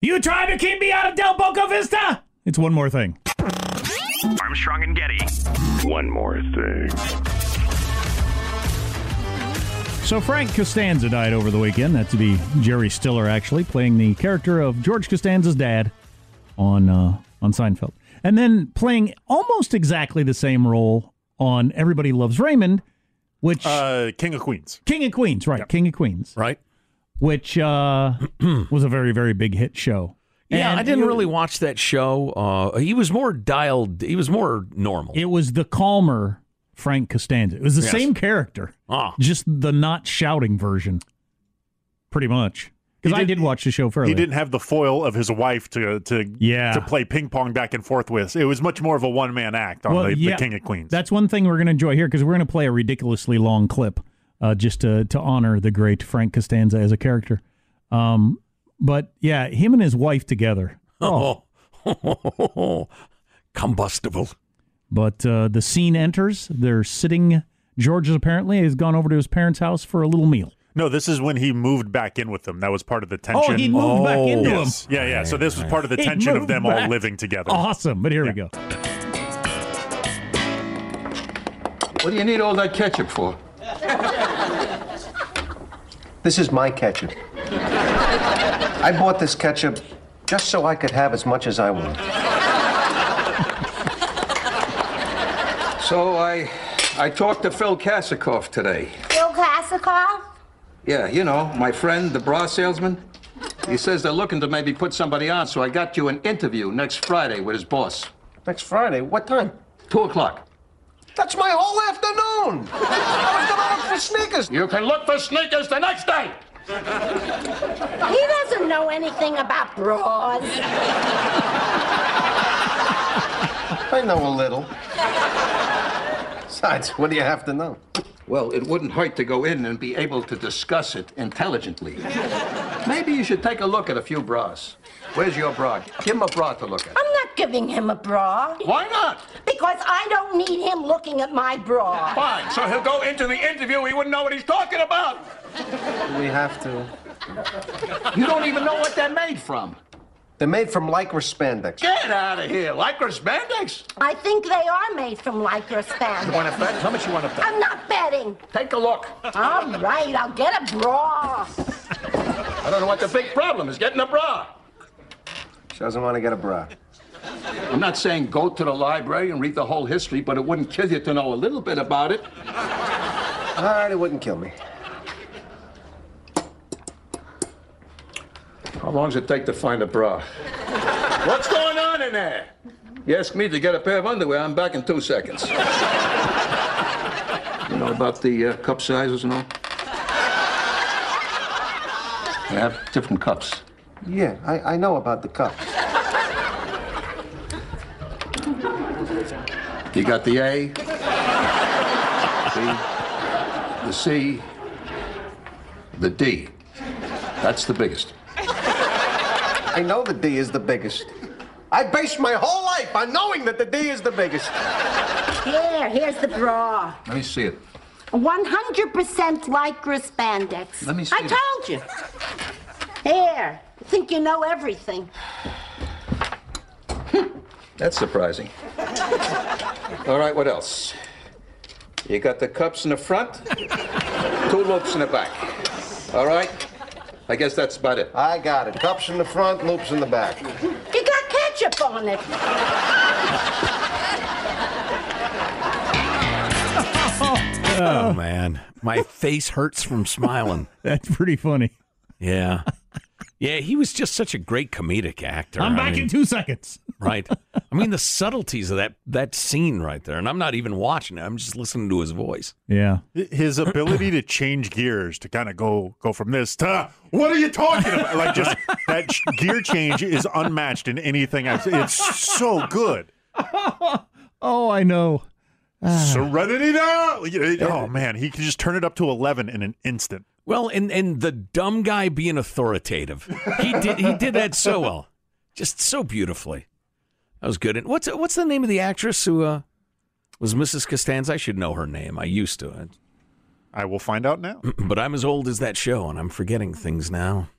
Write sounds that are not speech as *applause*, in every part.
You trying to keep me out of Del Boca Vista? It's one more thing. Armstrong and Getty. One more thing. So Frank Costanza died over the weekend. That to be Jerry Stiller, actually playing the character of George Costanza's dad on uh, on Seinfeld, and then playing almost exactly the same role on Everybody Loves Raymond, which Uh, King of Queens, King of Queens, right? King of Queens, right? which *clears throat* uh, was a very very big hit show. Yeah, And I didn't it- really watch that show. Uh, he was more dialed. He was more normal. It was the calmer Frank Costanza. It was the Yes. same character, *laughs* Ah. just the not shouting version, pretty much. Because He I did- did watch the show fairly. He didn't have the foil of his wife to to Yeah. to play ping pong back and forth with. It was much more of a one man act on Well, the, the yeah. King of Queens. That's one thing we're going to enjoy here because we're going to play a ridiculously long clip uh, just to, to honor the great Frank Costanza as a character. Um, but yeah, him and his wife together. Oh. Oh. *laughs* combustible. But uh, the scene enters. They're sitting. George is apparently has gone over to his parents' house for a little meal. no, this is when he moved back in with them. That was part of the tension. he moved back Oh. into him. yes. Yeah, yeah. So this was part of the He tension of moved them all back. Uh-huh. living together. Awesome. But here we go. What do you need all that ketchup for? This is my ketchup. I bought this ketchup just so I could have as much as I want. So I, I talked to Phil Kasikoff today. Bill Kasikoff? Yeah, you know, my friend, the bra salesman. He says they're looking to maybe put somebody on, so I got you an interview next Friday with his boss. Next Friday, what time? Two o'clock. That's my whole afternoon. I was gonna look for sneakers. You can look for sneakers the next day. He doesn't know anything about bras. I know a little. Besides, what do you have to know? Well, it wouldn't hurt to go in and be able to discuss it intelligently. Maybe you should take a look at a few bras. Where's your bra? Give him a bra to look at. I'm not giving him a bra Why not? because I don't need him looking at my bra. Fine. So he'll go into the interview. He wouldn't know what he's talking about. Do we have to? You don't even know what they're made from. They're made from lycra spandex. Get out of here. Lycra spandex. I think they are made from lycra spandex. Want to bet? How much you want to bet? I'm not betting. Take a look. All right, I'll get a bra. I don't know what the big problem is getting a bra. She doesn't want to get a bra. I'm not saying go to the library and read the whole history, but it wouldn't kill you to know a little bit about it. All right, it wouldn't kill me. How long does it take to find a bra? What's going on in there? You ask me to get a pair of underwear, I'm back in two seconds. you know about the uh, cup sizes and all? They have different cups. Yeah, I, I know about the cup. You got the A, B, the C, the D. That's the biggest. I know the D is the biggest. I based my whole life on knowing that the D is the biggest. Here, here's the bra. Let me see it. 100% lycra spandex. Let me see I it. told you. Here, I think you know everything. That's surprising. All right, what else? You got the cups in the front, two loops in the back. All right? I guess that's about it. I got it. Cups in the front, loops in the back. You got ketchup on it. Oh man, my face hurts from smiling. That's pretty funny. Yeah, yeah. He was just such a great comedic actor. I'm I back *laughs* mean, in two seconds. right. I mean the subtleties of that that scene right there, and I'm not even watching it. I'm just listening to his voice. Yeah. His ability to change gears to kind of go go from this to what are you talking about? *laughs* Like just that sh- gear change is unmatched in anything I've seen. It's so good. Oh, I know. Serenity now. You know, Oh man, he can just turn it up to eleven in an instant. Well, and and the dumb guy being authoritative. He did he did that so well, just so beautifully. That was good. And what's what's the name of the actress who uh, was Mrs. Costanza? I should know her name. I used to, *clears throat* I will find out now. Mm. but I'm as old as that show, and I'm forgetting things now.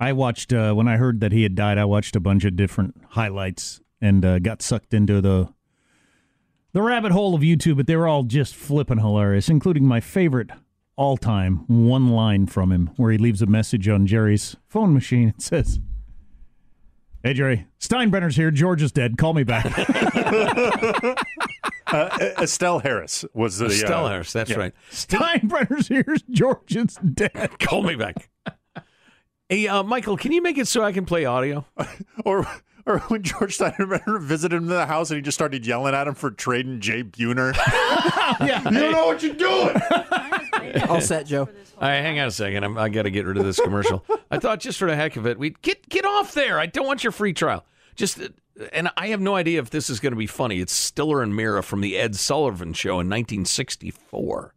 I watched uh, when I heard that he had died. I watched a bunch of different highlights and uh, got sucked into the the rabbit hole of YouTube. But they were all just flipping hilarious, including my favorite all time one line from him, where he leaves a message on Jerry's phone machine. It says, "Hey Jerry, Steinbrenner's here. George is dead. Call me back." *laughs* Estelle Harris was the uh, Stella Harris, that's right. *laughs* Steinbrenner's here. George is dead. Call me back. Hey, uh, Michael, can you make it so I can play audio? or or when George Steinbrenner visited him in the house and he just started yelling at him for trading Jay Buhner. *laughs* Yeah. you don't know what you're doing. All set, Joe. All right, hang on a second. I'm, I got to get rid of this *laughs* commercial. I thought just for the heck of it, we'd get get off there. I don't want your free trial. Just uh, and I have no idea if this is going to be funny. It's Stiller and Mira from the Ed Sullivan Show in 1964.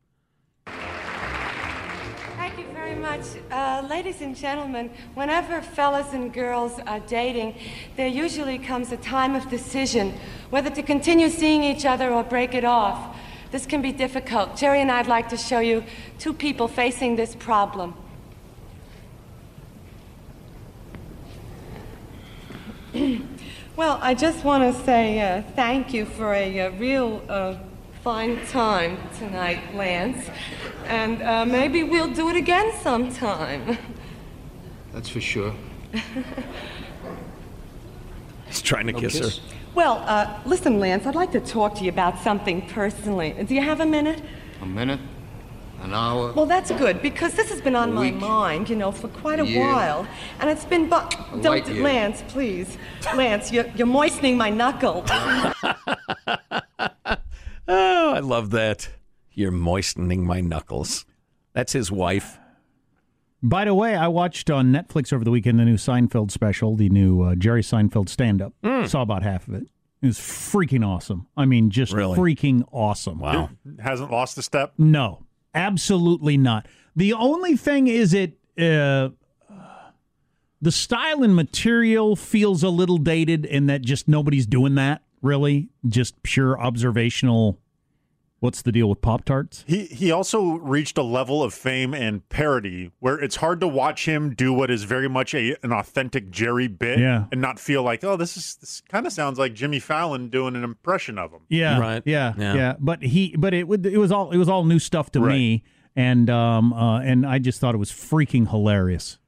Thank you very much. Uh, ladies and gentlemen, whenever fellas and girls are dating, there usually comes a time of decision whether to continue seeing each other or break it off. This can be difficult. Jerry and I'd like to show you two people facing this problem. Well, I just want to say uh, thank you for a, uh real uh, fine time tonight, Lance. And uh, maybe we'll do it again sometime. *laughs* That's for sure. He's trying to kiss, her. Well, uh, listen, Lance, I'd like to talk to you about something personally. Do you have a minute? A minute, an hour, Well, that's good because this has been on my Week. mind, you know, for quite a Year. while, and it's been. Bu- light don't, year. Lance, please, Lance, you're, you're moistening my knuckle. Oh, I love that. You're moistening my knuckles. That's his wife. By the way, I watched on Netflix over the weekend the new Seinfeld special, the new uh, Jerry Seinfeld stand up. Hmm. Saw about half of it. It was freaking awesome. I mean, just Really? freaking awesome. Wow. Hasn't lost a step. No, absolutely not. The only thing is it uh, the style and material feels a little dated in that just nobody's doing that, really. Just pure observational. What's the deal with Pop Tarts? He he also reached a level of fame and parody where it's hard to watch him do what is very much a an authentic Jerry bit Yeah. and not feel like, oh, this is this kind of sounds like Jimmy Fallon doing an impression of him. Yeah. Right. Yeah, Yeah. yeah. But he but it would it was all it was all new stuff to Right. me and um uh and I just thought it was freaking hilarious.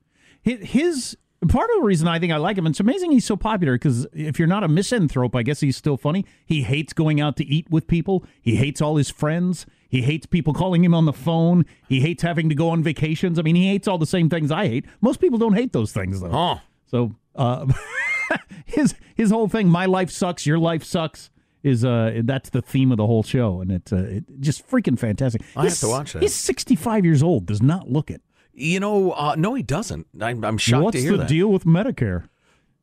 Hi- His part of the reason I think I like him it's amazing he's so popular cuz if you're not a misanthrope, I guess he's still funny. He hates going out to eat with people. He hates all his friends. He hates people calling him on the phone. He hates having to go on vacations. I mean, he hates all the same things I hate. Most people don't hate those things though. Oh, So uh, *laughs* his his whole thing, my life sucks, your life sucks, is uh that's the theme of the whole show, and it's uh, it, just freaking fantastic. I have he's, to watch that. He's sixty five years old, does not look it. you know, uh, no, he doesn't. I'm, I'm shocked What's to hear the that. deal with Medicare?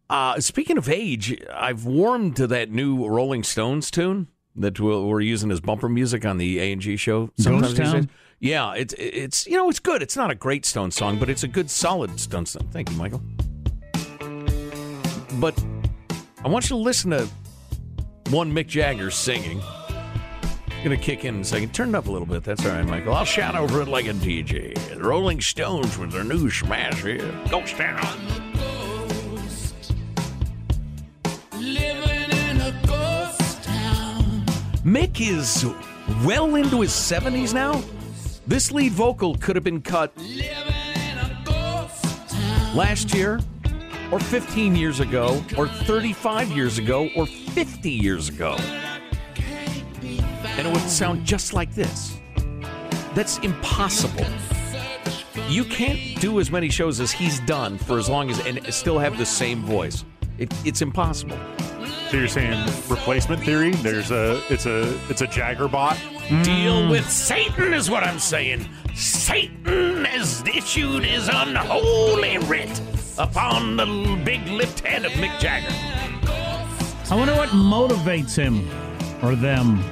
Uh, speaking of age, I've warmed to that new Rolling Stones tune that we'll, we're using as bumper music on the A and G show. Sometimes these Town? days. Yeah, it's it's you know it's good. It's not a great Stone song, but it's a good solid Stone song. Thank you, Michael. But I want you to listen to one Mick Jagger singing. Gonna kick in in a second. Turn it up a little bit. That's all right, Michael. I'll shout over it like a DJ. The Rolling Stones with their new smash hit, Ghost Town. Mick is well into his 70s now. This lead vocal could have been cut last year, or 15 years ago, or 35 years ago, or 50 years ago. And it would sound just like this. That's impossible. You can't do as many shows as he's done for as long as and still have the same voice. It, it's impossible. So you're saying replacement theory? There's a it's a it's a Jagger bot. Deal with Satan is what I'm saying. Satan has issued his unholy writ upon the l- big lipped head of Mick Jagger. I wonder what motivates him or them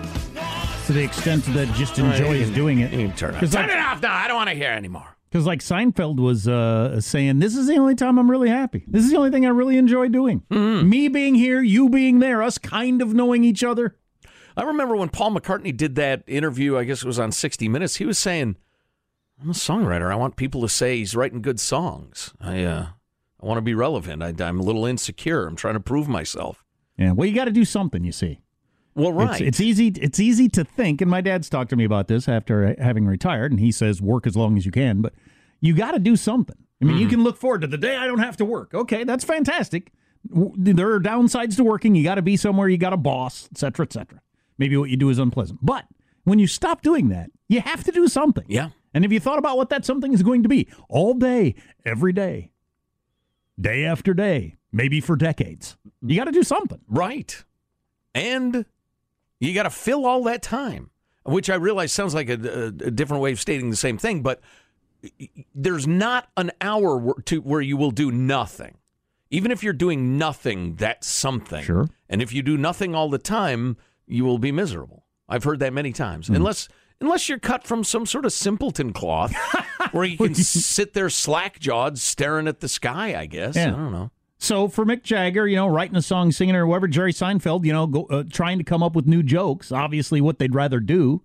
to the extent that just enjoys doing it. Because Turn like, it off now. I don't want to hear anymore. 'cause like Seinfeld was uh, saying, this is the only time I'm really happy. This is the only thing I really enjoy doing. Mm-hmm. Me being here, you being there, us kind of knowing each other. I remember when Paul McCartney did that interview, I guess it was on 60 Minutes, he was saying, I'm a songwriter. I want people to say he's writing good songs. I, uh, I want to be relevant. I, I'm a little insecure. I'm trying to prove myself. Yeah. Well, you got to do something, you see. Well, right. It's, it's easy. It's easy to think, and my dad's talked to me about this after uh, having retired, and he says work as long as you can, but you got to do something. I mean, Mm-hmm. you can look forward to the day I don't have to work. Okay, that's fantastic. W- There are downsides to working. You got to be somewhere. You got a boss, et cetera, et cetera. Maybe what you do is unpleasant, but when you stop doing that, you have to do something. yeah. And have you thought about what that something is going to be all day, every day, day after day, maybe for decades? You got to do something. Right. And you got to fill all that time, which I realize sounds like a, a- a different way of stating the same thing, but there's not an hour where, to, where you will do nothing. Even if you're doing nothing, that's something. Sure. And if you do nothing all the time, you will be miserable. I've heard that many Hmm. times. Unless unless you're cut from some sort of *laughs* simpleton cloth where you can sit there slack jawed staring at the sky, I guess. I Yeah. don't know. So for Mick Jagger, you know, writing a song, singing, or whoever, Jerry Seinfeld, you know, go, uh, trying to come up with new jokes, obviously what they'd rather do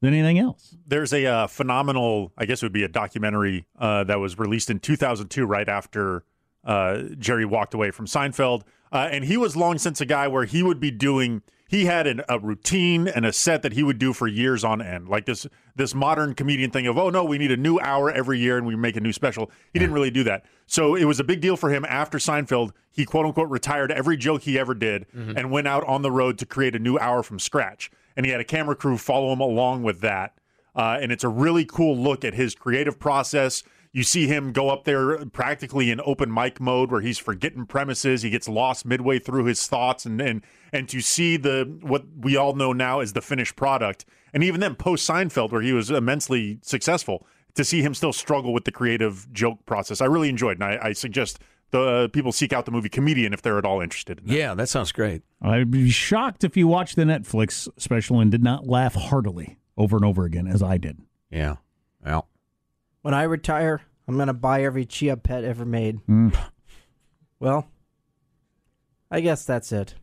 than anything else. There's a uh, phenomenal, I guess it would be a documentary uh, that was released in 2002, right after uh, Jerry walked away from Seinfeld. Uh, and he was long since a guy where he would be doing, he had an, a routine and a set that he would do for years on end. Like this this modern comedian thing of, oh no, we need a new hour every year and we make a new special. He didn't really do that. So it was a big deal for him after Seinfeld. He quote unquote retired every joke he ever did and went out on the road to create a new hour from scratch. And he had a camera crew follow him along with that uh, and it's a really cool look at his creative process. You see him go up there practically in open mic mode, where he's forgetting premises. He gets lost midway through his thoughts, and and and to see the what we all know now is the finished product. And even then, post Seinfeld, where he was immensely successful, to see him still struggle with the creative joke process, I really enjoyed, and I, I suggest the people seek out the movie Comedian if they're at all interested. in that. Yeah, that sounds great. I'd be shocked if you watched the Netflix special and did not laugh heartily over and over again as I did. Yeah. Well. When I retire, I'm going to buy every Chia pet ever made. Well, I guess that's it.